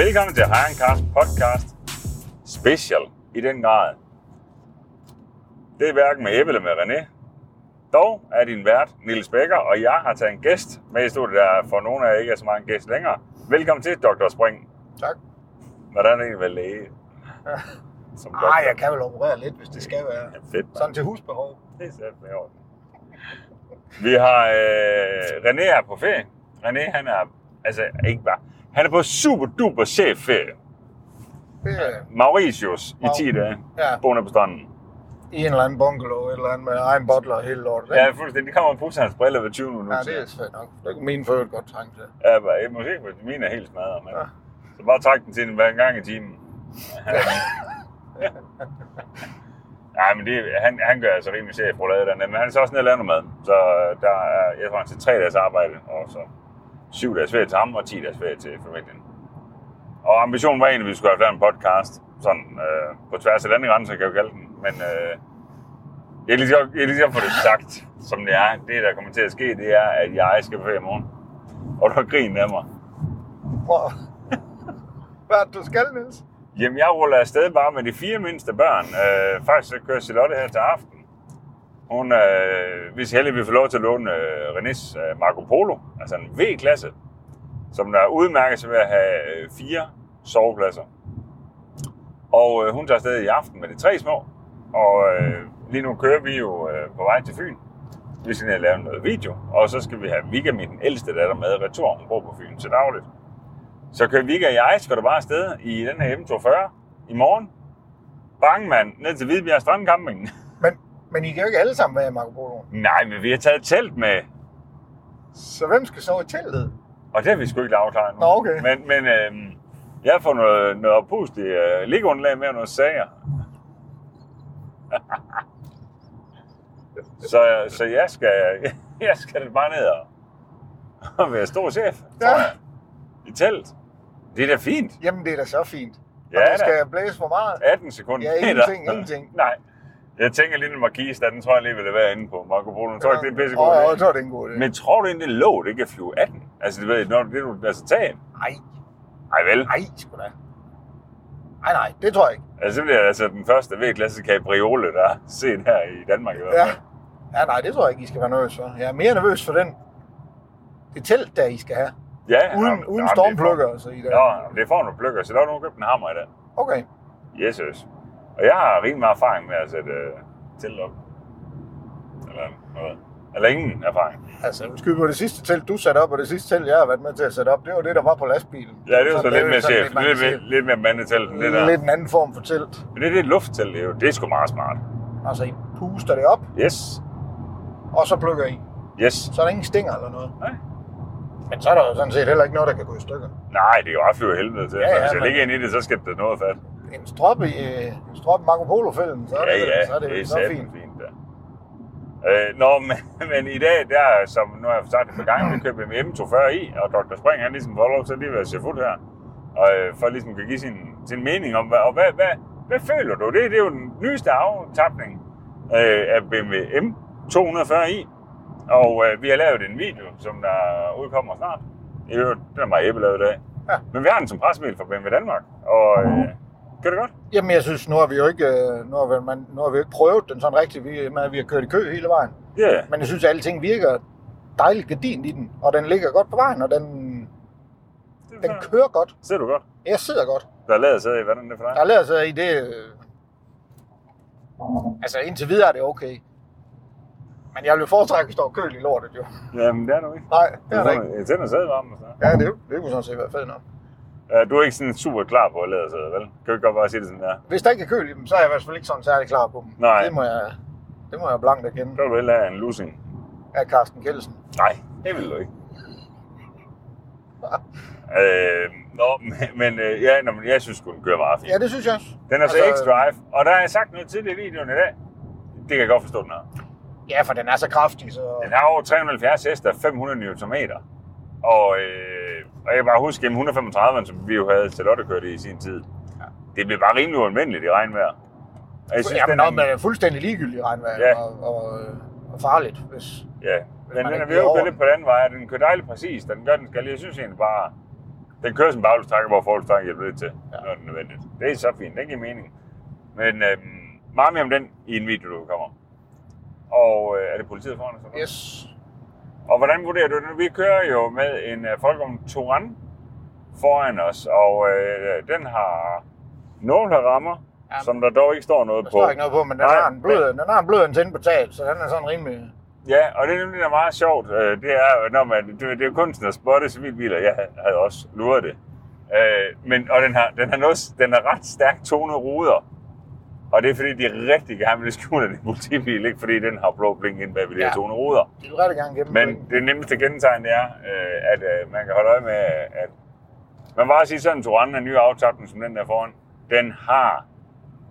Velkommen til Hejenkast podcast special i den grad. Det er hverken med Ebbe eller med René. Dog er din vært Nils Bækker, og jeg har taget en gæst med i studiet, der for nogle af jer ikke er så meget en gæst længere. Velkommen til, Dr. Spring. Tak. Hvordan er det vel læge? Som Nej, jeg kan vel operere lidt, hvis det skal være. Ja, fedt, mand. Sådan til husbehov. Det er sat med orden. Vi har... Øh, René er på ferie. René, han er... Altså, ikke bare... Han er på super duper chef ferie. Det er Mauritius i 10 Wow. dage. Ja. Boende på stranden. i en eller anden bungalow, et eller andet med egen butler og hele lortet. Ja, ikke? fuldstændig. Det kommer på hans briller ved 20 minutter. ja det er svært nok. Det kunne mine fødder godt trænge til. Ja, bare, eh, måske fordi mine er helt smadret, men... Ja. Så bare træk den til en hver gang i timen. Nej, men det, han, han gør altså rimelig chef roulade dernede, men han er så også nede og laver noget mad. Så der er, jeg tror, han til tre dages arbejde, og så syv dages ferie til ham, og 10 dages ferie til familien. Og ambitionen var egentlig, at vi skulle have lavet en podcast, sådan øh, på tværs af landegrænser, kan jeg jo kalde den. Men øh, jeg kan lige så godt- jeg kan lige så godt få det sagt, som det er. Det, der kommer til at ske, det er, at jeg skal på ferie i morgen. Og du har grinet af mig. Prøv. Hvad er det, du skal, Niels? Jamen, jeg ruller afsted bare med de fire mindste børn. Øh, faktisk så kører Charlotte her til aften. Hun, øh, hvis heldig, vi får lov til at låne øh, Renés øh, Marco Polo, altså en V-klasse, som der udmærker sig ved at have øh, fire sovepladser. Og øh, hun tager afsted i aften med de tre små, og øh, lige nu kører vi jo øh, på vej til Fyn. Vi skal ned og lave noget video, og så skal vi have Vika, min den ældste datter, med retur. Hun bor på Fyn til dagligt. Så kører Vika og jeg, skal du bare afsted i den her M42 i morgen. Bang, mand, ned til Hvidbjerg Strandcamping. Men, men I kan jo ikke alle sammen være i Marco Polo. Nej, men vi har taget telt med, Så hvem skal sove i teltet? og det har vi sgu ikke afklaret nu. Nå, okay. Men, men øh, jeg har fået noget, noget pust i øh, liggeunderlag med og nogle sager. så, så jeg skal, jeg skal da bare ned og, og være stor chef, tror Ja. jeg, i telt. Det er da fint. Jamen, det er da så fint. Ja, og da. du skal jeg blæse for meget. 18 sekunder. Ja, ingenting, ingenting. Nej. Jeg tænker lige, den markis, der, den tror jeg lige ville være inde på Marco Polo. Jeg tror ikke, det er en pissegod Åh, idé. jeg tror, det er en god idé. Men tror du egentlig, det lå, det kan flyve 18? Altså, det ved jeg, når det du altså tage. Nej, Ej vel. nej, sgu da. Nej, nej, det tror jeg ikke. Altså, det bliver altså den første V-klasse cabriole, der er set her i Danmark i hvert Ja. fald. ja, nej, det tror jeg ikke, I skal være nervøs for. Jeg er mere nervøs for den. Det telt, der I skal have. Ja, Uden, jamen, uden jamen, stormplukker og så i Det der. er for, Nå, det får nogle plukker, så der er nogen købt en hammer i dag. Okay. Yes, yes. Og jeg har rimelig meget erfaring med at sætte øh, telt op. Eller noget. Eller ingen erfaring. Altså, skal vi på det sidste telt, du satte op, og det sidste telt, jeg har været med til at sætte op, det var det, der var på lastbilen. Ja, det er jo så er lidt jo mere sådan chef. Lidt, mere- lidt mere mandetelt end man det der. kan sige, lidt en anden form for telt. Men det er det lufttelt, det er jo. Det er sgu meget smart. Altså, I puster det op, Yes. og så plukker I. Yes. Så er der ingen stinger eller noget. Nej. Men så er der jo sådan set heller ikke noget, der kan gå i stykker. Nej, det kan bare flyve af helvede til. Ja, Ja, ja, ja, Hvis jeg men- ligger ind i det, så skal det noget fat. En strop i øh, en strop i Marco Polo-fælden, så er det, altså, Ja, ja, så er det, så satme fint. fint der. Øh, nå, men, men i dag, der, som nu har jeg sagt et par gange, vi købte en M240 i, og Dr. Spring, han ligesom får lov til lige at være chefut her, og, øh, for ligesom at give sin, sin mening om, hvad, og hvad, hvad, hvad føler du? Det, det er jo den nyeste aftapning øh, af BMW M240 i, og øh, vi har lavet en video, som der udkommer snart. I øvrigt, den er meget æbelavet i dag. Ja. Uhuh. Men vi har den som pressemedel for BMW Danmark, og øh, gør det godt. Jamen, jeg synes, nu har vi jo ikke, øh, nu har vi, man, nu har vi jo ikke prøvet den sådan rigtigt, vi, med, at vi har kørt i kø hele vejen. Ja. Yeah. Men jeg synes, at alting virker dejligt gedint i den, og den ligger godt på vejen, og den, den Mhm. kører godt. Ser du godt? Jeg sidder godt. Der er lavet sæde i, hvordan er det for dig? Der lader sig i det... øh, Altså indtil videre er det okay. Men jeg vil jo foretrække, at vi står køl i lortet, jo. Jamen, det er du ikke. Nej, det Det er er det ikke. sådan, jeg tænder sædevarme og sådan noget. Ja, det, det kunne sådan set være fedt nok. Ja, du er ikke sådan super klar på at lade sæde, vel? Kan du ikke godt bare sige det sådan der? Hvis der ikke er køl i dem, så er jeg i hvert fald ikke sådan særlig klar på dem. Nej. Det må jeg, det må jeg blankt erkende Så vil du hellere have en losing. af Carsten Kelsen. Nej, det vil du ikke. øh, nå, men- men, øh, ja, nå, men jeg synes sgu, den kører meget fint. Ja, det synes jeg også. Den er så Altså, X-Drive, og der har jeg sagt noget tidligere i videoen i dag. Det kan jeg godt forstå, den har. Ja, for den er så kraftig, så... Den har over 370 hester, 500 Nm. Og, øh, og jeg kan bare huske, at 135, som vi jo havde Charlotte kørt i i sin tid, det blev bare rimelig ualmindeligt i regnvejr. Og jeg Synes, Jamen, den er- noget med øh, fuldstændig ligegyldig regnvejr Ja. ja. og, og, øh, og, farligt, hvis... Ja, men man den er ikke ved at bliver køre over lidt den. på den anden vej, og den kører dejligt præcis, den gør den skal. Jeg synes egentlig bare, Den kører som bagløbstrækker, hvor forløbstrækker hjælper lidt til, ja. Ja. når det er nødvendigt. Det er så fint, den giver mening. Men øhm, meget mere om den i en video, du kommer. Og øh, er det politiet foran os? eller hvad? Yes. Og hvordan vurderer du det? nu? Vi kører jo med en øh, Folkevogn Touran foran os, og øh, den har nålerammer, Jamen. som der dog ikke står noget Der på. står ikke noget på, men den, Nej, har en blød, den har en blød antenne på taget, så den er sådan rimelig... Ja, og det er nemlig der er meget sjovt. øh, Det er, jo, når man, det, det er jo kunsten at spotte civilbiler. Jeg havde også luret det. Øh, men, og den har, den, har noget, den har ret stærkt tonede ruder. Og det er fordi, de rigtig gerne vil skjule at det er en multibil, ikke? fordi den har blå blink ind bag ved de Ja. her tonede ruder. De vil rigtig gerne gemme Men det nemmeste gentegn det er, øh, at øh, man kan holde øje med, at man bare siger sådan, Turan er nye aftabten som den der foran, den har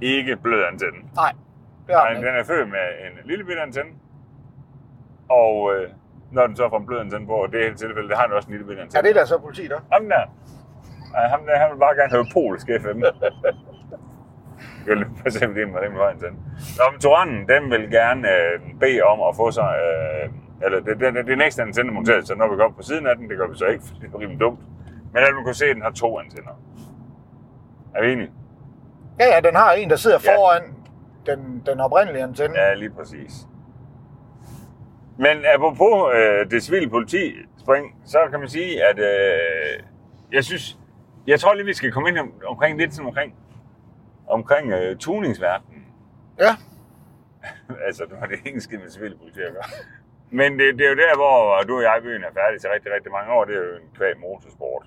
ikke blød antenne. Nej, det har Nej, den ikke. den er født med en lille bitte antenne. Og øh, når den så får en blød antenne på, og det er helt tilfælde, det har den også en lille bitte Ja, antenne. det er da så politi, der. Ham der. Ej, ham der, han vil bare gerne høre polsk FM. Jeg vil for eksempel en med rimelig høj antenne. Nå, men Turanen, den vil gerne øh, bede om at få sig... Øh, eller det, det, det, det næste antenne monteret, så når vi går op på siden af den, det gør vi så ikke, fordi det er rimelig dumt. Men alle vil kunne se, at den har to antenner. Er vi enige? Ja, ja, den har en, der sidder Ja. foran den, den oprindelige antenne. Ja, lige præcis. Men apropos øh, det civile politi, Spring, så kan man sige, at øh, jeg synes, jeg tror lige, vi skal komme ind om, omkring lidt sådan omkring, omkring øh, tuningsverdenen. Ja. altså, nu har det ikke skidt med civile politi at gøre. Men det, det, er jo der, hvor du og jeg i byen er færdige til rigtig, rigtig mange år, det er jo en kvæg motorsport.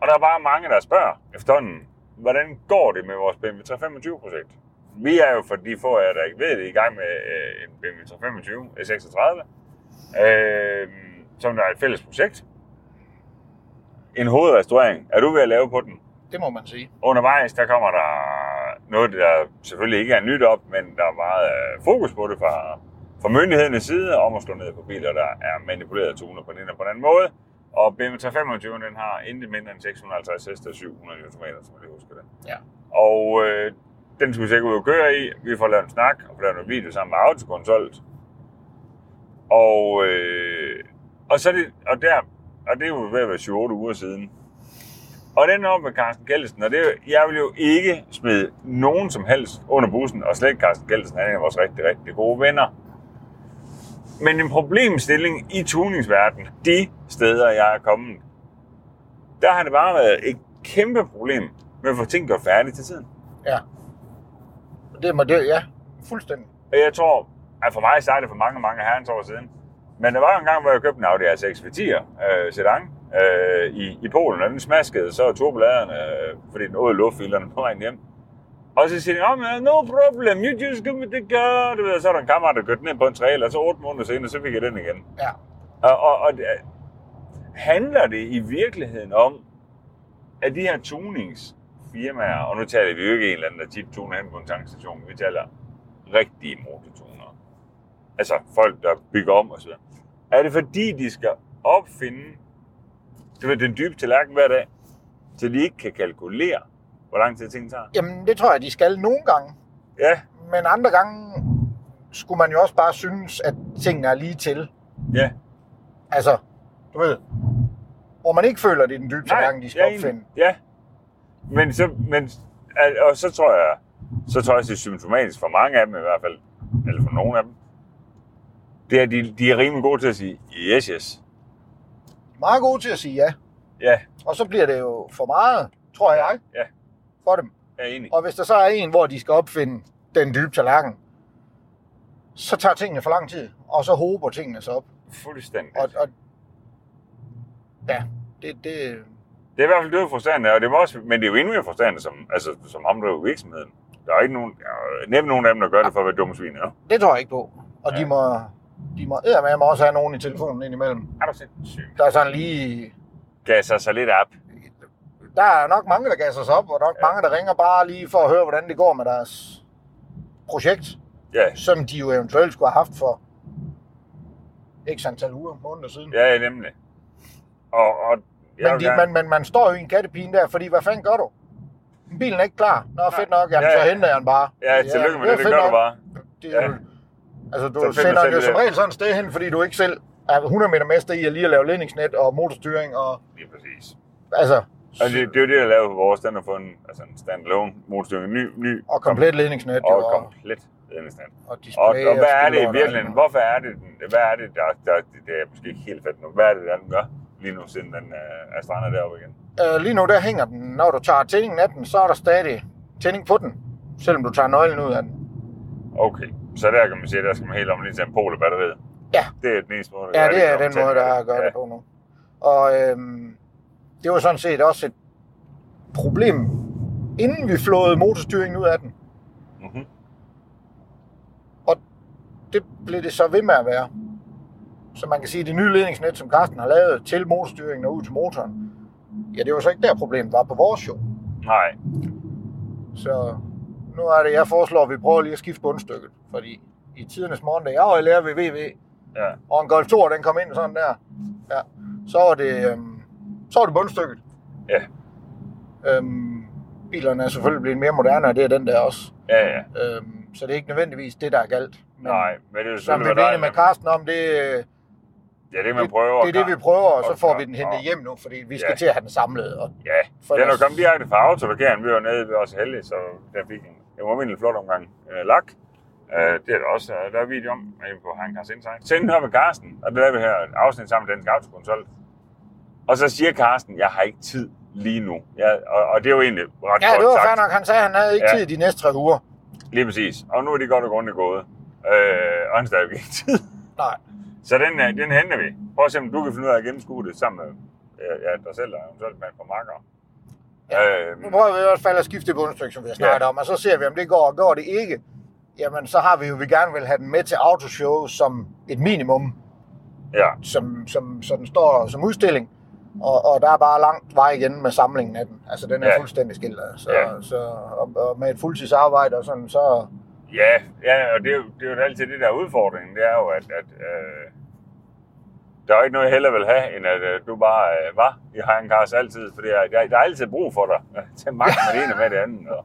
Og der er bare mange, der spørger efterhånden, hvordan går det med vores BMW 325-projekt? Vi er jo, for de få af jer, der ikke ved det, i gang med øh, en BMW 325 E36, E øh, som der er et fælles projekt. En hovedrestaurering er du ved at lave på den. Det må man sige. Undervejs, der kommer der noget, der selvfølgelig ikke er nyt op, men der er meget øh, fokus på det fra, fra myndighedernes side, om at slå ned på biler, der er manipuleret og tunet på den ene og på den anden måde. Og BMW 325, den har intet mindre end 650 heste og 700 Nm, som jeg lige husker det. Ja. Og øh, den skulle vi sikkert ud og køre i. Vi får lavet en snak og får lavet en video sammen med Autokonsult. Og, øh, og, så er det, og, der, og det er jo ved at være 7-8 uger siden. Og den er op med Carsten Gellesen, og det, er jo- jeg vil jo ikke smide nogen som helst under bussen, og slet ikke Carsten Gellesen, han er en af vores rigtig, rigtig gode venner. Men en problemstilling i tuningsverdenen, de steder, jeg er kommet, der har det bare været et kæmpe problem med at få ting gjort færdigt til tiden. Ja. Det må det, ja. Fuldstændig. Og jeg tror, at for mig startede det for mange, mange herrens år siden. Men der var jo en gang, hvor jeg købte en Audi R6 V10'er øh, sedan øh, i, i Polen, og den smaskede så turboladerne, øh, fordi den åd luftfilterne på vejen hjem. Og så siger de, oh, man, no problem, you just give me the car. Du ved, så er der en kammerat, der kørte den ind på en trailer, og så otte måneder senere, så fik jeg den igen. Ja. Og, og, og det- handler det i virkeligheden om, at de her tuningsfirmaer, og nu taler vi jo ikke en eller anden, der tit tuner hen på en tankstation, vi taler rigtige motortuner. Altså folk, der bygger om og så videre. Er det fordi, de skal opfinde du ved, den dybe tallerken hver dag, så de ikke kan kalkulere, hvor lang tid ting tager? Jamen, det tror jeg, de skal nogle gange. Ja, Men andre gange skulle man jo også bare synes, at tingene er lige til. ja. Altså, du ved, hvor man ikke føler, det er den dybe tallerken, de skal jeg er opfinde. enig. Ja. Men så, men, al- og så tror jeg, så tror jeg, det er symptomatisk for mange af dem i hvert fald, eller for nogle af dem, det er, at de, de er rimelig gode til at sige, yes, yes. Meget gode til at sige ja. Ja, Og så bliver det jo for meget, tror jeg, ja, for dem. jeg er enig. Og hvis der så er en, hvor de skal opfinde den dybe tallerken, så tager tingene for lang tid, og så hober tingene sig op. Fuldstændig. Og, og ja, det, det, Det er i hvert fald død frustrerende, og det må også, men det er jo endnu mere frustrerende, som, altså, som ham, der er virksomheden. Der er ikke nogen, der er næppe nogen af dem, der gør det for at være dumme svin, ja. det tror jeg ikke på. Og ja. Ja. de må, de må eddermame også have nogen i telefonen indimellem. Er du sindssyg? Der er sådan lige... Gasser sig lidt op. Der er nok mange, der gasser sig op, og nok Ja. ja. mange, der ringer bare lige for at høre, hvordan det går med deres projekt, Ja, som de jo eventuelt skulle have haft for x antal uger, måneder siden. ja, ja, nemlig. Og, og jeg Men, vil de, gerne- man, man, man står jo i en kattepine der, fordi hvad fanden gør du? Bilen er ikke klar. Nå, fedt nok, jamen, Ja, ja, ja. så henter jeg den bare. Ja, tillykke med det, det fedt gør du nok. bare. Det, Ja. ja. Altså, Så du find dig sender den selv i jo som det. regel sådan et sted hen, fordi du ikke selv er 100 meter mester i at lige at lave ledningsnet og motorstyring og Lige præcis. Altså, Og det, det er jo det, der laver på vores. Den har fået en, altså en standalone motorstyring. Ny, ny, og komplet ledningsnet og, jo, og og, komplet ledningsstand. og Og, display. og hvad er det skilder i og virkeligheden? der- Hvorfor er det, den, hvad er det, der, der, det er måske ikke helt fedt nu. Hvad er det, der den gør lige nu, siden den øh, er strandet deroppe igen? Øh, lige nu der hænger den. Når du tager tændingen af den, så er der stadig tænding på den. Selvom du tager nøglen ud af den. Okay, så der kan man sige, der skal man helt om lige tage en pol i batteriet. Ja. Det er den eneste måde, der Ja, gør det er Kan man den måde, tage der er at gøre det på nu. Og øhm, det var sådan set også et problem, inden vi flåede motorstyringen ud af den. Mhm. det blev det så ved med at være. Så man kan sige, at det nye ledningsnet, som Carsten har lavet til motorstyringen og ud til motoren, ja, det var så ikke der problemet var på vores show. Nej, Så nu er det, jeg foreslår, at vi prøver lige at skifte bundstykket, fordi i tidernes morgen, da jeg var i lærer ved VV, ja. og en Golf 2, den kom ind sådan der, ja, så var det, øhm, så var det bundstykket. Ja. Øhm, bilerne er selvfølgelig blevet mere moderne, og det er den der også. Ja, ja. Øhm, så det er ikke nødvendigvis det, der er galt. Men Nej, men det er jo Som vi selvfølgelig, blev hvad enige med der er. Carsten om, det, øh, Ja, det kan man prøve. det, det er det, vi prøver, og så og- får vi den og- hentet og- hjem nu, fordi vi skal Ja. til at have den samlet. Og Ja, for den er ellers- kommet direkte fra autoparkeren. Vi var nede ved os heldige, så den fik en, en ualmindelig flot omgang øh, lak. Øh, det er der også. Øh, der er video om inde på Hankars Insight. Send den her med Carsten, og det laver vi her et afsnit sammen med Dansk Autokonsol. Og så siger Carsten, jeg har ikke tid lige nu. Ja, og, og det er jo egentlig ret Ja, godt det var sagt. fair nok. Han sagde, at han havde ikke Ja. tid de næste tre uger. Lige præcis. Og nu er de godt og grundigt gået. Øh, og han stadigvæk ikke tid. Nej. Så den, øh, den henter vi. Prøv at se, om du kan finde ud af at gennemskue det sammen med øh, ja, dig selv og eventuelt med et par marker. Ja, øhm, Nu prøver vi i hvert fald at skifte det bundstykke, som vi har snakket om, og så ser vi, om det går, og går det ikke. Jamen, så har vi jo, vi gerne vil have den med til autoshow som et minimum, ja, som, som, så den står som udstilling. Og, og der er bare langt vej igen med samlingen af den. Altså, den er Ja. fuldstændig skilt. ad. Så, Ja. så, og, og, med et fuldtidsarbejde og sådan, så... ja, ja, og det er, jo, det er jo altid det der er udfordringen, det er jo, at, at øh, der er jo ikke noget, jeg hellere vil have, end at øh, du bare øh, var i hangars altid, for der, der, der er altid brug for dig øh, til magt med det ene og med det andet. Og,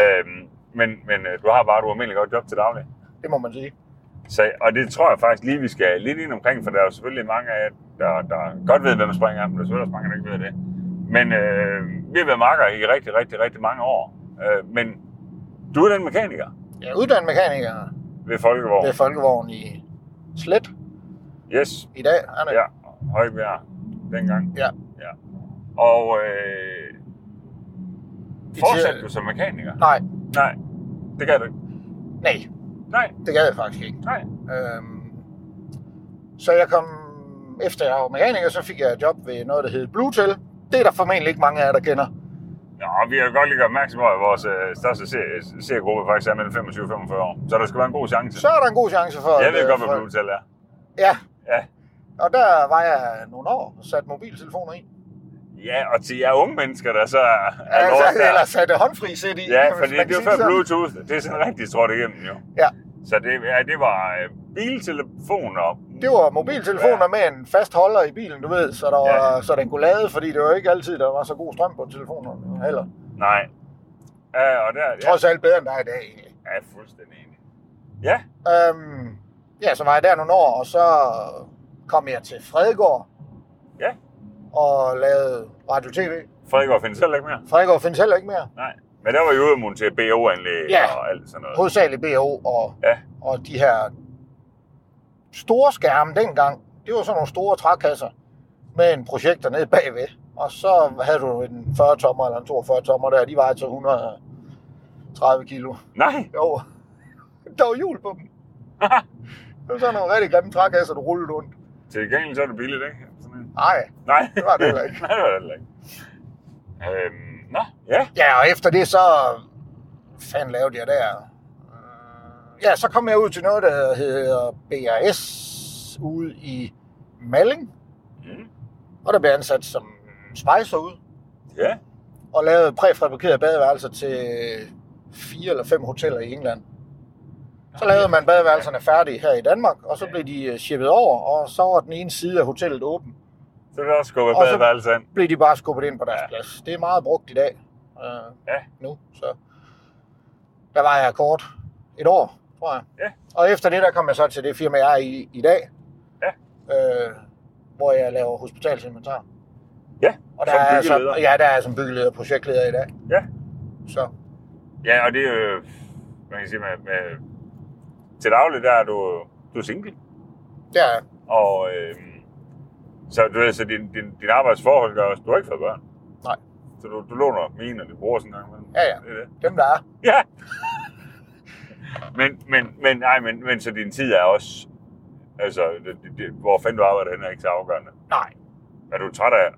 øhm, men men øh, du har bare et ualmindeligt godt job til daglig. Det må man sige. Så, og det tror jeg faktisk lige, vi skal lidt ind omkring, for der er jo selvfølgelig mange af jer, der, der godt ved, hvem springer af, men der er selvfølgelig også mange, der ikke ved det. Men øh, vi har været makker i rigtig, rigtig, rigtig mange år. Øh, men du er den mekaniker Jeg er uddannet mekaniker ved Folkevogn. ved Folkevogn i Slet Yes, i dag. Han er ja. Højbjerg dengang. Ja. ja. Og øh, I fortsatte tider- du som mekaniker? Nej, Nej, det kan du ikke. nej, Nej, det gad jeg faktisk ikke. nej. Øhm, så jeg kom, efter jeg var mekaniker, så fik jeg et job ved noget, der hed Bluetel. Det er der formentlig ikke mange af jer, der kender. Ja, og vi har godt lige gjort opmærksom på, at vores øh, største se- seergruppe faktisk er mellem 25 og 45 år. Så der skal være en god chance. Så er der en god chance for... Jeg at, ved øh, godt, hvad for- Bluetal er. Ja, Ja. og der var jeg nogle år og satte mobiltelefoner i. ja, og til jer unge mennesker, der så er, er Altså, lort der. eller satte håndfri sæt i. Ja, kan man- fordi man kan det var sige før sådan. Bluetooth. Det er sådan rigtig trådt igennem, jo. Ja. Så det, ja, det var øh, biltelefoner. Det var mobiltelefoner Ja. med en fast holder i bilen, du ved, så, der Ja. var, så den kunne lade, fordi det var ikke altid, der var så god strøm på telefonerne heller. Nej. Ja, og der... Ja, Trods alt bedre, end der er i dag, egentlig. ja fuldstændig enig. Ja, Øhm, ja, så var jeg der nogle år, og så kom jeg til Fredegård ja. og lavede radio-tv. Frederik findes heller ikke mere. Fredegård findes heller ikke mere. Nej. Men der var jo ude at montere BO-anlæg Ja. og alt sådan noget. Hovedsageligt BO og, Ja. og de her store skærme dengang. Det var sådan nogle store trækasser med en projektor nede bagved. Og så havde du en 40-tommer eller en 42-tommer der, de vejede til 130 kilo. Nej. Jo, der var hjul på dem. det var sådan nogle rigtig grimme trækasser, du rullede rundt. Til gengæld så er det billigt, ikke? Sådan en. Nej, Nej. Det var det heller ikke. Nej, det var det heller ikke. Øhm, nå, ja. Ja, og efter det så... hvad fanden lavede jeg der? Øh, Ja, så kom jeg ud til noget, der hedder BRS ude i Malling. Mm. Og der blev jeg ansat som spejser ude. Ja. Og lavede præfabrikerede badeværelser til fire eller fem hoteller i England. Så lavede man badeværelserne færdige her i Danmark, og så blev de øh, shippet over, og så var den ene side af hotellet åben. Så vil jeg også skubbe Og så- badeværelset ind. blev de bare skubbet ind på deres Ja. ja. plads. Det er meget brugt i dag. Øh, Ja. Nu, så. Der var jeg kort et år, tror jeg. Ja. Og efter det, der kom jeg så til det firma, jeg er i i dag. Ja. Øh, hvor jeg laver hospitalsinventar. Ja, Og der som er som, byggeleder. ja, der er som byggeleder og projektleder i dag. Ja. Så Ja, og det er jo, man kan sige, med, med, til daglig, der er du, du er single. der er Og øh, så, du ved, så din, din, din arbejdsforhold gør også, du har ikke fået børn. Nej. Så du, du låner min og din bror sådan en gang imellem. Ja, ja. Det er det. dem, der er. Ja. men, men, men, nej, men, men så din tid er også, altså, det, det, det, hvor fanden du arbejder hen er ikke så afgørende. Nej, Er du træt af,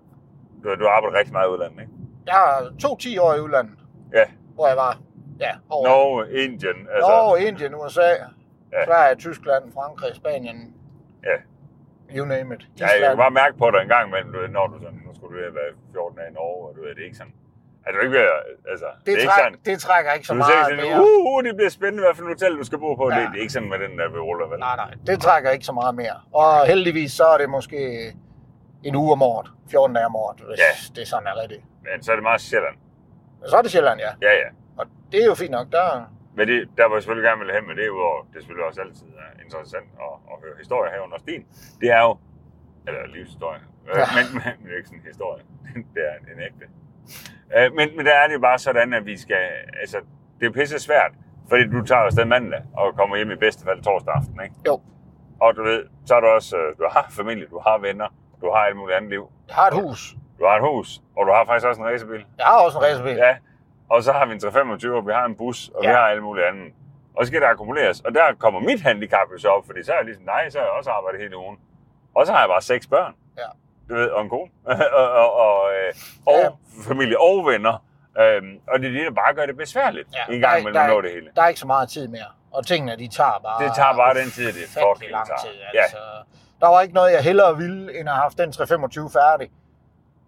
du, du arbejder rigtig meget i udlandet, ikke? jeg har to 10 år i udlandet, Ja. hvor jeg var. Ja, over. Norge, Indien, altså. Norge, Indien, USA, Ja. ja. Sverige, Tyskland, Frankrig, Spanien. Ja. You name it. Ja, jeg kan bare mærke på dig en gang imellem, du ved, når du sådan, nu skulle du ved at være 14 dage i Norge, og du ved, det er ikke sådan, altså, du er ikke ved at, altså, det, er det, ikke sådan, træk, det trækker ikke så du meget ser sådan, mere. uh, uh, det bliver spændende, hvad for et hotel du skal bo på, ja. Ja. det, det, er ikke sådan med den der ved ruller, vel? Nej, nej, det trækker ikke så meget mere. Og heldigvis så er det måske en uge om året, 14 dage om året, hvis Ja. ja. det sådan er rigtigt. Men så er det meget sjældent. Men så er det Sjælland, ja. Ja, ja. Og det er jo fint nok, der... Men det, der var jeg selvfølgelig gerne ville hen med det, hvor det selvfølgelig også altid er interessant at, at høre historier her under din. Det er jo, eller livshistorie, øh, Ja. men, men det er jo ikke sådan en historie, det er en ægte. Øh, men, men der er det jo bare sådan, at vi skal, altså det er pisse svært, fordi du tager jo afsted mandag og kommer hjem i bedste fald torsdag aften, ikke? Jo, Og du ved, så er du også, øh, du har familie, du har venner, du har alt muligt andet liv, jeg har et hus. du har et hus, og du har faktisk også en racerbil. Jeg har også en racerbil. Ja, og så har vi en 325, og vi har en bus, og ja. vi Ja. har alt muligt andet. Og så skal der akkumuleres. Og der kommer mit handicap jo så op, fordi så er jeg ligesom nej, så har jeg også arbejdet hele ugen. Og så har jeg bare seks børn. Ja. Du ved, og en kone. og, og, og, øh, og Ja. familie og venner. Øhm, og det er det, der bare gør det besværligt ja. en gang der, imellem der, at nå er- det hele. Der er ikke så meget tid mere. Og tingene, de tager bare... Det tager bare den tid, det ufattelig fucking lang tager. tid, Ja. altså. Der var ikke noget, jeg hellere ville, end at have haft den 325 færdig.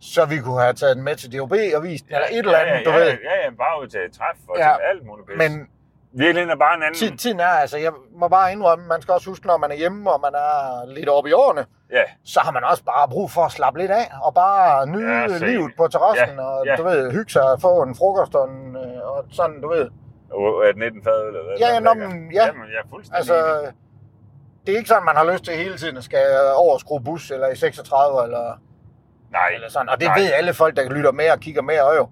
Så vi kunne have taget den med til DOB og vist den, eller et eller andet, ja, ja, du ja, ved. Ja, ja, bare ud til et træf og ja. Ja. til alt muligt. pis. Men Virkeligheden er bare en anden... Tid, tiden er altså, jeg må bare indrømme, man skal også huske, når man er hjemme, og man er lidt oppe i årene, Ja, så har man også bare brug for at slappe lidt af, og bare nyde Ja, ja, se. livet på terrassen, Ja, ja, og ja. du ved, hygge sig og få en frokost og, en, øh, og sådan, du ved. og er den 19 fad eller hvad? Ja, der ja, er nå, lækker. men ja. Jamen, jeg er fuldstændig Altså, enig. det er ikke sådan, man har lyst til hele tiden at skal over og skrue bus, eller i 36, eller, Nej, eller sådan. Og det nej. Nej. ved alle folk, der lytter med og kigger med, og jo,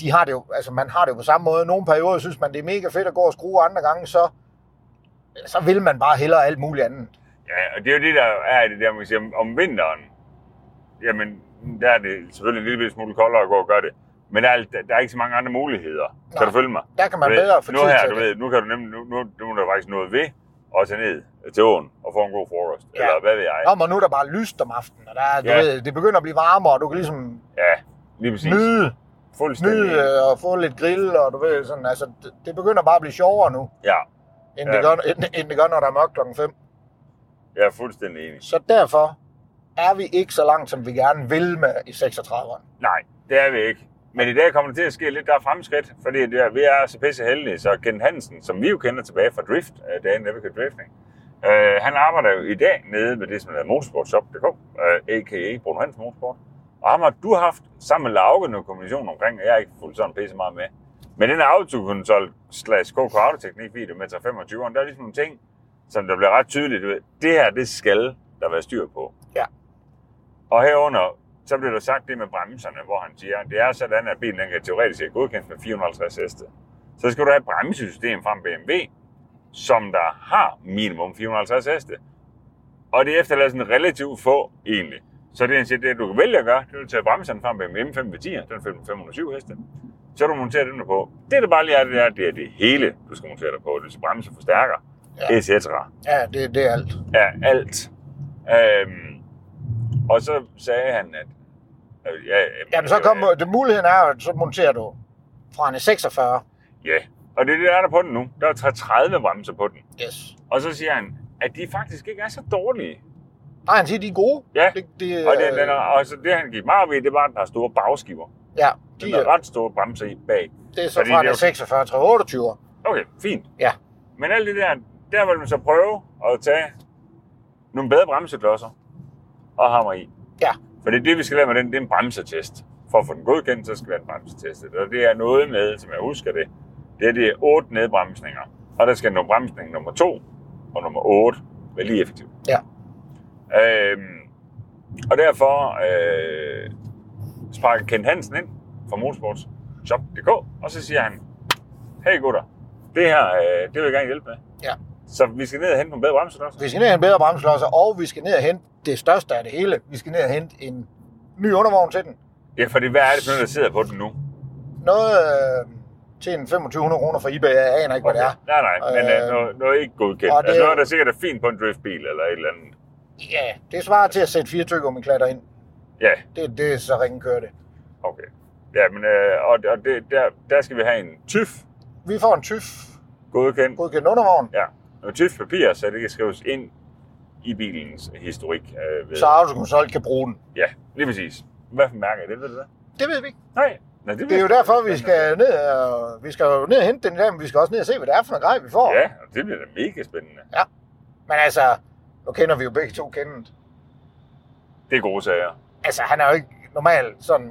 de har det jo, altså man har det jo på samme måde. Nogle perioder synes man, det er mega fedt at gå og skrue, og andre gange, så, så vil man bare hellere alt muligt andet. Ja, og det er jo det, der er i det der, man siger, om- om vinteren, jamen, der er det selvfølgelig en lille bitte smule koldere at gå og gøre det. Men der er, der er ikke så mange andre muligheder. Kan Nej. du følge mig? Der kan man Du ved, bedre få nu tid her, til du det. ved, nu kan du nemlig, nu, nu, nu er der faktisk noget ved at tage ned til åen og få en god frokost. Ja. Ja. Eller hvad ved jeg? Om, og nu er der bare lyst om aftenen, og der er, du Ja. ja. ved, det begynder at blive varmere, og du kan ligesom Ja, lige præcis. nyde, Fuldstændig. nyde øh, og få lidt grill, og du ved, sådan, altså, det, det begynder bare at blive sjovere nu, Ja, end, Ja. det gør, end, end det gør, når der er mørkt klokken 5. jeg er fuldstændig enig. Så derfor er vi ikke så langt, som vi gerne vil med i 36'eren. Nej, det er vi ikke. Men i dag kommer det til at ske lidt der er fremskridt, fordi det er, vi er så pisse heldige. Så Ken Hansen, som vi jo kender tilbage fra Drift, øh, dagen der vi kørte drifting, øh, han arbejder jo i dag nede ved det, som hedder motorsportshop.dk, øh, a.k.a. Bruno Hansen Motorsport. Og ham har du haft sammen med Lauke noget kommunikation omkring, og jeg har ikke fulgt sådan pisse meget med. Men den her autokonsol slash KK Autoteknik video med 325'eren, der er ligesom nogle ting, som der bliver ret tydeligt. du ved, Det her, det skal der være styr på. Ja. Og herunder, så blev der sagt det med bremserne, hvor han siger, at det er sådan, at bilen den kan teoretisk set godkendes med 450 heste. Så skal du have et bremsesystem fra en BMW, som der har minimum 450 heste. Og det efterlader sådan relativt få, egentlig. Så det, han siger, det du kan vælge at gøre, det er at tage bremserne fra en BMW M5 10 den er 507 heste. Så du monterer den der på. Det, der bare lige er, det er, det er det hele, du skal montere dig på. Det er så bremser, forstærker, ja. Ja. etc. Ja, det, det er alt. Ja, alt. Øhm, og så sagde han, at... Øh, ja, Jamen, så øh, kom, det, muligheden er, at så monterer du fra en 46. Ja, og det er det, der er der på den nu. Der er 30 bremser på den. Yes. Og så siger han, at de faktisk ikke er så dårlige. Nej, han siger, de er gode. Ja, Det, det, Og, den, øh, den er, og så det, han gik meget ved, det var, at den har store bagskiver. Ja, Den de, har er- ret store bremser i bag. det er så fordi fra det er en jo- 46 til 28. Okay, fint. Ja. Men alt det der, der vil man så prøve at tage nogle bedre bremseklodser og hammer i. Ja. For det er det, vi skal lave med den, det er en bremsetest. For at få den godkendt, så skal vi have en bremsetest. Og det er noget med, som jeg husker det, det er, det er otte nedbremsninger. Og der skal nå bremsning nummer 2 og nummer 8 være lige effektiv. Ja. Øhm, og derfor øh, sparker Kent Hansen ind fra motorsportshop.dk, og så siger han, hey gutter, det her, øh, det vil jeg gerne hjælpe med. Ja. Så vi skal ned og hente nogle bedre bremser også. Vi skal ned og hente bedre bremselosser, og vi skal ned og hente det største af det hele. Vi skal ned og hente en ny undervogn til den. Ja, fordi hvad er det for noget, der sidder på den nu? Noget øh, til en 2500 kroner fra eBay, jeg aner ikke, hvad det er. Nej, nej, men øh, Øh, noget, noget ikke godkendt. og Det... det- Altså noget, der sikkert er fint på en driftbil eller et eller andet. Ja, det svarer til at sætte fire tyggegummiklatter ind. Ja, Det, det er så ringen kører det. okay. Ja, men øh, og, og det, der, der skal vi have en tyf Vi får en tyf godkendt. godkendt undervogn, Ja, noget tyft papir, så det kan skrives ind i bilens historik. Øh, ved. så autokonsult kan bruge den. Ja, lige præcis. Hvad for mærke er det, ved du det? Det ved vi ikke. Nej. Nej det, Det er jo derfor, vi skal ned og, vi skal jo ned og hente den der, men vi skal også ned og se, hvad det er for noget grej, vi får. Ja, og det bliver da mega spændende. Men altså, nu kender vi jo begge to kendt. Det er gode sager. Altså, han er jo ikke normalt sådan...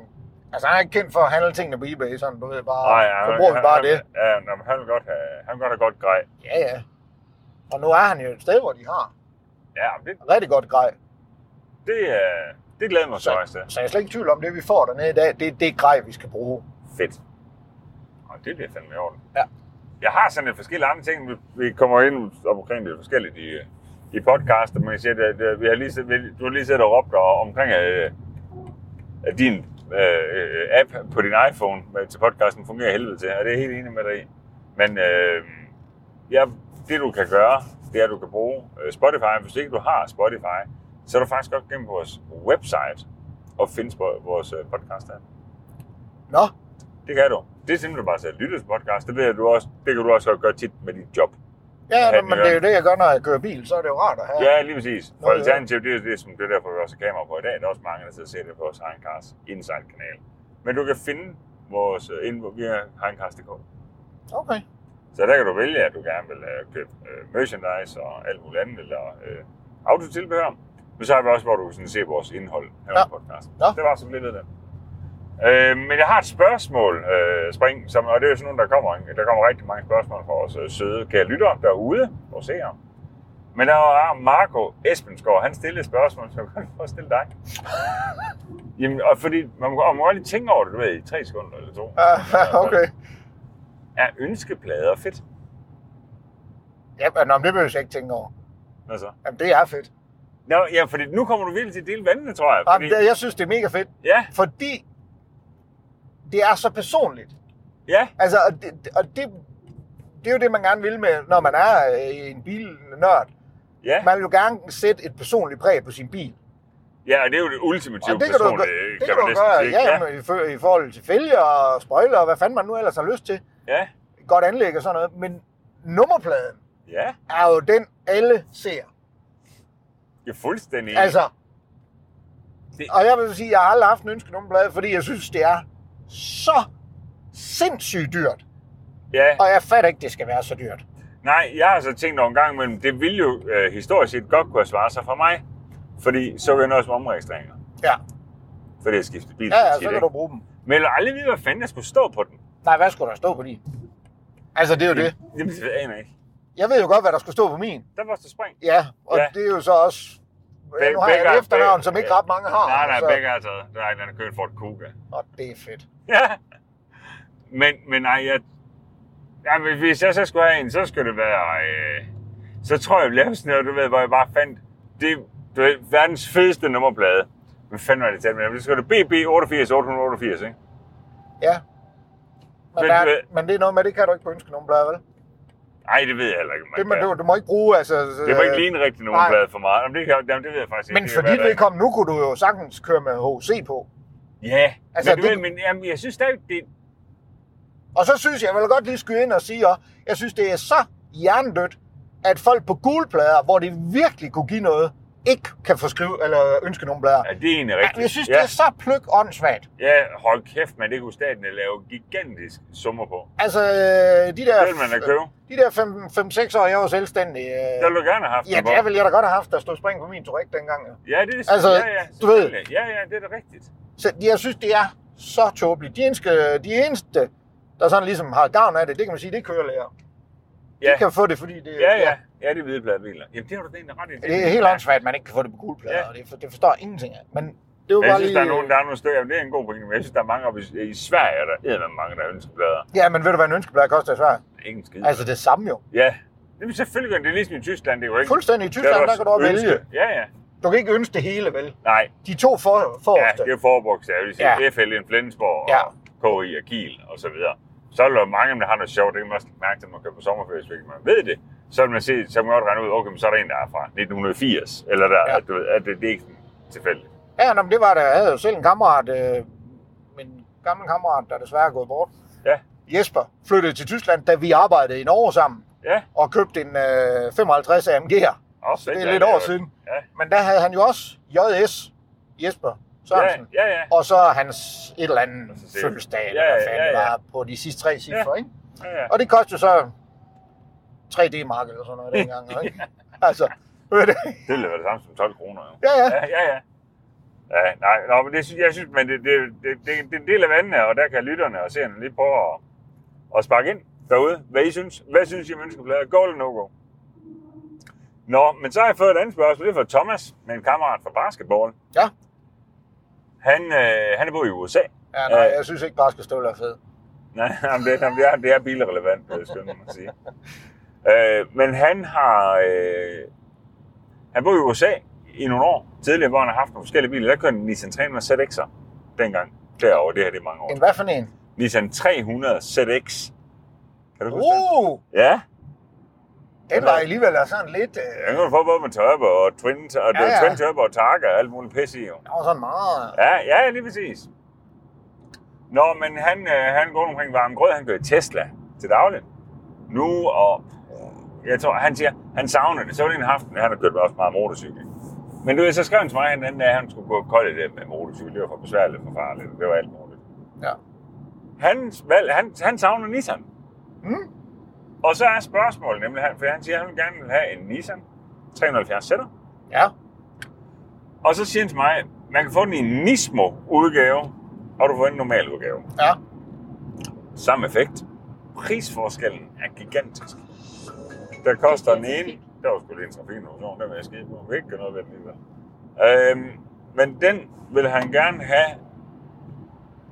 Altså, han er ikke kendt for at handle tingene på eBay, sådan, du ved, bare... Nej, så bruger vi bare han, det. Ja, nå, men han vil godt have, han vil godt have godt grej. Ja, ja. Og nu er han jo et sted, hvor de har Ja, men det, rigtig godt grej. det, øh, det glæder jeg mig så meget Så, til. så jeg er slet ikke i tvivl om, det vi får dernede i dag, det er det grej, vi skal bruge. Fedt. Og det bliver fandme i orden. Ja. Jeg har sådan lidt forskellige andre ting. Vi, vi kommer ind op omkring det forskelligt i, øh, i podcasten, men jeg siger, at, at vi har lige, set- vi- du har lige siddet og råbt og- omkring øh, at din øh, øh, app på din iPhone med- til podcasten fungerer af helvede til, og det er jeg helt enig med dig i. Men øh, ja, det du kan gøre, det er, at du kan bruge øh, Spotify. Hvis ikke du har Spotify, så er du faktisk godt gennem vores website og finde spo- vores øh, podcast app. Nå, Det kan du. Det er simpelthen bare at sætte lytte til podcast. Det, ved jeg, du også, det kan du også godt gøre tit med dit job. ja, Ja, men det det er jo det, jeg gør, når jeg kører bil, så er det jo rart at have. Ja, lige præcis. For Nå, ja. alternativet, det er jo det, som det er derfor, vi også har kamera på i dag. Der er også mange, der sidder og ser det på vores Heincars Inside-kanal. Men du kan finde vores øh, ind via heincars.dk. Okay. Så der kan du vælge, at du gerne vil øh, købe øh, merchandise og alt muligt andet, eller øh, autotilbehør. Men så har vi også, hvor du kan sådan se vores indhold her ja. Ja. på podcasten. Ja. Det var sådan lidt af det. Øh, men jeg har et spørgsmål, øh, Spring, som, og det er jo sådan nogle, der kommer, der kommer rigtig mange spørgsmål fra vores øh, søde kære lyttere derude, vores seere. Men der var Marco Esbensgaard, han stillede et spørgsmål, som jeg godt for at stille dig. Jamen, og fordi man må, man må godt lige tænke over det, du ved, i tre sekunder eller to. Ja, okay. Er ønskeplader fedt? Ja, men om det behøver jeg ikke tænke over. Hvad så? Jamen, det er fedt. Nå, ja, fordi nu kommer du virkelig til at dele vandene, tror jeg. Fordi, Jamen, det, jeg synes, det er mega fedt, ja, fordi det er så personligt. ja, Altså, og det, og det, det er jo det, man gerne vil med, når man er øh, en bilnørd. ja. Man vil jo gerne sætte et personligt præg på sin bil. Ja, og det er jo det ultimative og det kan du, jo personlige, gøre- kan det kan man du næsten gøre sige, ja, men i, for, i forhold til fælger og spoiler og hvad fanden man nu ellers har lyst til. ja, Godt anlæg og sådan noget. Men nummerpladen ja, er jo den, alle ser. jeg er fuldstændig enig. Altså, Øh, Det- og jeg vil sige, at jeg har aldrig haft en ønske nummerplade, fordi jeg synes, det er så sindssygt dyrt. ja. Og jeg fatter ikke, det skal være så dyrt. Nej, jeg har så tænkt over en gang imellem, det ville jo øh, historisk set godt kunne have svaret sig for mig, fordi så kan jeg nøjes med omregistreringer, Ja, fordi jeg skiftede bil. ja, ja tit, så kan ikke? du bruge dem. Men jeg ville aldrig vide, hvad fanden jeg skulle stå på den. Nej, hvad skulle der stå på din? Altså, det er jo det. Jamen, det aner jeg ikke. Jeg ved jo godt, hvad der skulle stå på min. Der var så spring. Ja, og Ja. ja. det er jo så også... Be- Be- nu har jeg begge- et efternavn, be- som ikke ret mange har. Nej, nej, så... begge har jeg taget. Der er en, der har kørt Ford Kuga. Og det er fedt. Ja. Men, men nej, jeg... Ja, men hvis jeg så skulle have en, så skulle det være... Øh, så tror jeg, jeg ville lave sådan noget, du ved, hvor jeg bare fandt... Det du ved, verdens fedeste nummerplade. Hvad fanden var det talt med? Men Det skulle det BB 88 888, ikke? Ja. Men Men, men, der, du ved- er- men det er noget med, det kan du ikke på ønske nogen blad, vel? Nej, det ved jeg heller ikke. om Man Det, man, kan. du, du må ikke bruge, altså... det må ikke øh, ligne en rigtig nummerplade for meget. Jamen, det, kan, jamen, det ved jeg faktisk Men ikke. for Det kan dit være, der ikke- vedkommende, nu kunne du jo sagtens køre med HC på. Ja, altså, Altså, men, du det- ved, men jamen, jeg synes stadig, det, Og så synes jeg, jeg vil godt lige skyde ind og sige, at jeg synes, det er så hjernedødt, at folk på gule plader, hvor det virkelig kunne give noget, ikke kan få skrive eller ønske nogen blader. ja, det er egentlig rigtigt. Jeg synes, ja, det er så pløk åndssvagt. Ja, hold kæft, men det kunne staten lave gigantisk summer på. Altså, øh, de der, Det ville man da købe. de der 5-6 år, jeg var selvstændig, øh, Der ville du gerne have haft ja, den på. der ville jeg da godt have haft, der stod spring på min Touareg dengang. jo. Ja, det er Altså, ja, ja, du ved- selvfølgelig. Ja, ja, det er da rigtigt. Så jeg synes, det er så tåbeligt. De eneste, de eneste der sådan ligesom har gavn af det, det kan man sige, det er kørelærer. Ja. De kan få det, fordi det, Ja, ja. Ja, det er hvide pladebiler. Jamen, det har du da egentlig ret i. Det er helt åndssvagt, at man ikke kan få det på gule plader, Ja. ja. og det, for, det forstår jeg ingenting af. Men det var Jeg bare synes, lige... der er, nogle, der er nogle stykker, det er en god pointe, men jeg synes, der er mange oppe i, i Sverige, der er mange, der ønsker blader. Ja, men ved du, hvad en ønskeblad koster i Sverige? Ingen skid. Altså det samme jo. Ja, Jamen, selvfølgelig gør det. det er ligesom i Tyskland, det er jo ikke... Fuldstændig i Tyskland, der også kan du også ønske. vælge. Ja, ja. Du kan ikke ønske det hele, vel? Nej, De to for, ja, forreste. det er forbrugssager. Det vil sige Ja. FL i Flensborg, Ja. og KI og Kiel og så videre. Så er der mange, der har noget sjovt. Det kan man også mærke, når man kører på sommerferie, hvis ikke man ved det. Så vil man se, så kan man godt regne ud, okay, men så er der en, der er fra 1980. Eller der, Ja. ja. du ved, at det, det er ikke sådan tilfældigt. Ja, nå, men det var der. Jeg havde jo selv en kammerat, øh, min gamle kammerat, der desværre er gået bort. Ja. Jesper flyttede til Tyskland, da vi arbejdede i Norge sammen, Ja, og købte en øh, 55 AMG'er. også Det er lidt år siden. Ja. Men der havde han jo også JS, Jesper Sørensen. Ja, ja, ja. Og så hans et eller andet så se. fødselsdag, Ja, eller hvad ja, fanden ja, det ja. var, på de sidste tre cifre, ikke? ja, ja. Og det kostede så 3D-mark eller sådan noget dengang, ikke? Altså, ved du? Det ville være det samme som 12 kroner, jo. ja, ja. ja, ja. ja. Ja, nej, nå, men det synes, jeg synes, men det, det, det, det, det er en del af vandene, og der kan lytterne og seerne lige prøve at, at sparke ind derude, hvad I synes. Hvad synes I om ønskebladet? Go eller no-go? Nå, men så har jeg fået et andet spørgsmål. Det er fra Thomas, med en kammerat fra basketball. Ja. Han, øh, han er boet i USA. Ja, nej, Øh. jeg synes ikke bare, skal stå der fed. Nej, jamen, det, jamen, det, er, det er bilrelevant, øh, skynder man at sige. Øh, men han har... Øh, han boede i USA i nogle år tidligere, hvor han har haft nogle forskellige biler. Der kørte han en Nissan 300 ZX'er dengang. Derovre, det her det er mange år. En hvad for en? Nissan 300 ZX. Kan du huske den? Uh, Ja, den var alligevel sådan lidt... Øh, den kan du få både med turbo og twin, og Ja, ja, ja. ja. twin turbo og Targa og alt muligt pisse i. Jo. den var sådan meget... Ja, ja, lige præcis. Nå, men han, øh, han går rundt omkring varm grød, han kører i Tesla til dagligt. Nu, og jeg tror, han siger, han savner det. Så var det en aften, han har kørt også meget motorcykel. Men du ved, så skrev han til mig den anden dag, at han skulle gå kold i det med motorcykel. Det var for besværligt, for farligt, det var alt muligt. Ja. Hans valg, han, han savner Nissan. Mm. Og så er spørgsmålet nemlig, han- for han siger, at han vil gerne vil have en Nissan 370 sætter. Ja. Og så siger han til mig, man kan få den i en Nismo-udgave, og du får en normal udgave. Ja. Samme effekt. Prisforskellen er gigantisk. Der koster den ene, der var sgu lige en trafikinnovation, den vil jeg skide på, vi ikke gøre noget ved den alligevel. Øhm, men den vil han gerne have,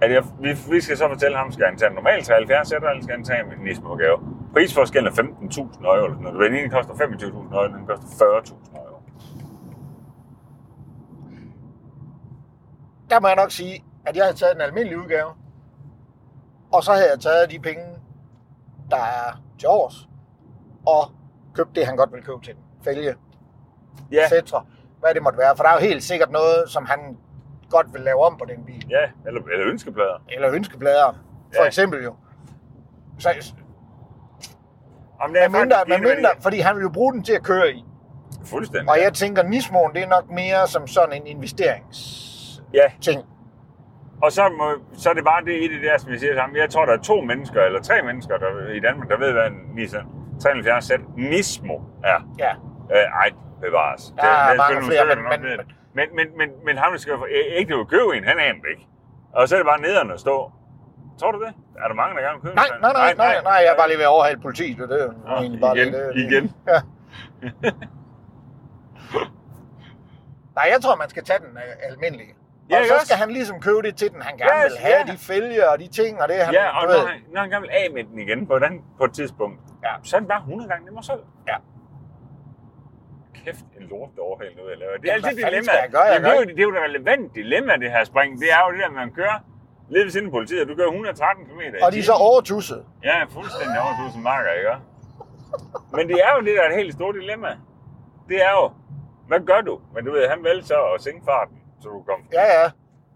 at jeg, vi, vi skal så fortælle ham, skal han tage en normal 73 sætter, eller skal han tage en Nismo-udgave. Prisforskellen er 15.000 euro, eller sådan noget. Den ene koster 25.000 euro, den koster 40.000 euro. Der må jeg nok sige, at jeg havde taget den almindelige udgave, og så havde jeg taget de penge, der er til års, og købt det, han godt ville købe til den. Fælge, Ja, cetera, hvad det måtte være. For der er jo helt sikkert noget, som han godt vil lave om på den bil. ja eller, eller ønskeplader. Eller ønskeplader, for Ja. eksempel jo. Så, Om det med mindre, faktisk med ligegyldigt. mindre, fordi han vil jo bruge den til at køre i. Fuldstændig. Og jeg tænker, Nismoen, det er nok mere som sådan en Ja, investeringsting. og så, må, så er det bare det i det der, som vi siger sammen. Jeg tror, der er to mennesker, eller tre mennesker der, i Danmark, der ved, hvad en Nissan 370 Z Nismo er. Ja. Øh, ej, bevares. Der er mange selvfølgelig nogle flere, stykker, men- der nok men- ved det. men, men, men, men ham, der skal få- æ- ikke vil købe en, han aner det ikke. Og så er det bare nederen at stå. Tror du det? Er der mange, der gerne vil købe Nej, en? nej, nej, nej, nej, jeg er bare lige ved at overhale politiet, det er jo Nå, egentlig bare igen, lidt, øh, igen. Ja. Nej, jeg tror, man skal tage den øh, almindelige. Ja, og ikke så også? skal han ligesom købe det til den, han gerne Yes, vil have. ja. De fælger og de ting, og det han... Ja, og du når ved. han, når han gerne vil af med den igen på et, andet, på et tidspunkt, Ja. så er den bare 100 gange nemmere selv. Ja. Kæft, en lort overhæld nu, jeg laver. Det er Jamen, altid hvad fanden dilemma. skal jeg gøre? Jeg det, er gør jo, det er jo et relevant dilemma, det her spring. Det er jo det der, man kører lidt ved siden af politiet, og du kører 113 km. i Og de er så timen. overtusset. Ja, fuldstændig over 1000 marker, ikke? Men det er jo det, der er et helt stort dilemma. Det er jo, hvad gør du? Men du ved, han valgte så at sænke farten, så du kom. Ja, ja.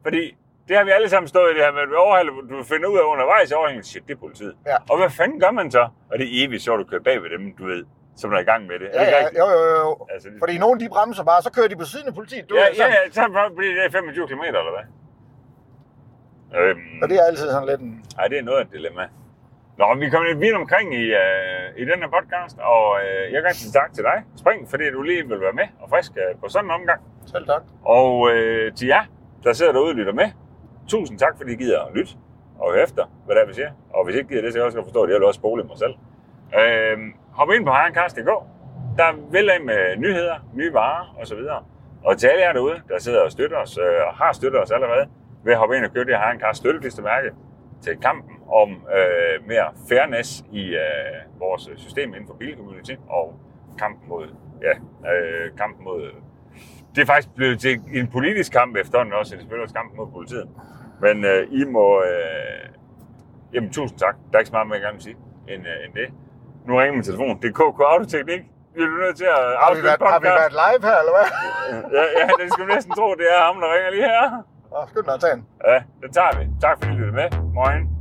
Fordi det har vi alle sammen stået i det her med, at du, overhælder, du finder ud af undervejs i overhælden, shit, det er politiet. Ja. Og hvad fanden gør man så? Og det er evigt sjovt at køre bag ved dem, du ved, som er i gang med det. ja, er det ja. Jo, jo, jo. Altså, det... Fordi nogen de bremser bare, så kører de på siden af politiet. Du ja, ved, ja, sådan. ja, så bliver det 25 km eller hvad? Øhm, Og det er altid sådan lidt en... Ej, det er noget af et dilemma. Nå, vi kommer lidt vidt omkring i, øh, i den her podcast, og øh, jeg kan sige tak til dig, Spring, fordi du lige vil være med og frisk øh, på sådan en omgang. Selv tak. Og øh, til jer, der sidder derude og lytter med, tusind tak, fordi I gider at lytte og høre efter, hvad der er, vi siger. Og hvis I ikke gider det, så kan jeg også godt forstå, at jeg vil også spole i mig selv. Øhm, Øh, hop ind på Harenkast.dk. Der er vel af med nyheder, nye varer osv. Og til alle jer derude, der sidder og støtter os, øh, og har støttet os allerede, ved at hoppe ind og købe det her Harenkars støtteklistermærke til kampen om øh, mere fairness i øh, vores system inden for bilcommunity og kampen mod, ja, øh, kampen mod... Det er faktisk blevet til en politisk kamp efterhånden også, det er selvfølgelig også kampen mod politiet. Men øh, I må... Øh, jamen, tusind tak. Der er ikke så meget mere, jeg gerne vil sige end, øh, end det. Nu ringer min telefon. Det er KK Autoteknik. Vi er nødt til at Har vi, afslutte været, har vi podcasten. været live her, eller hvad? ja, ja, det skal man næsten tro, det er ham, der ringer lige her. Nå, skynd dig at tage den. Ja, det tager vi. Tak fordi du lyttede med. Morgen.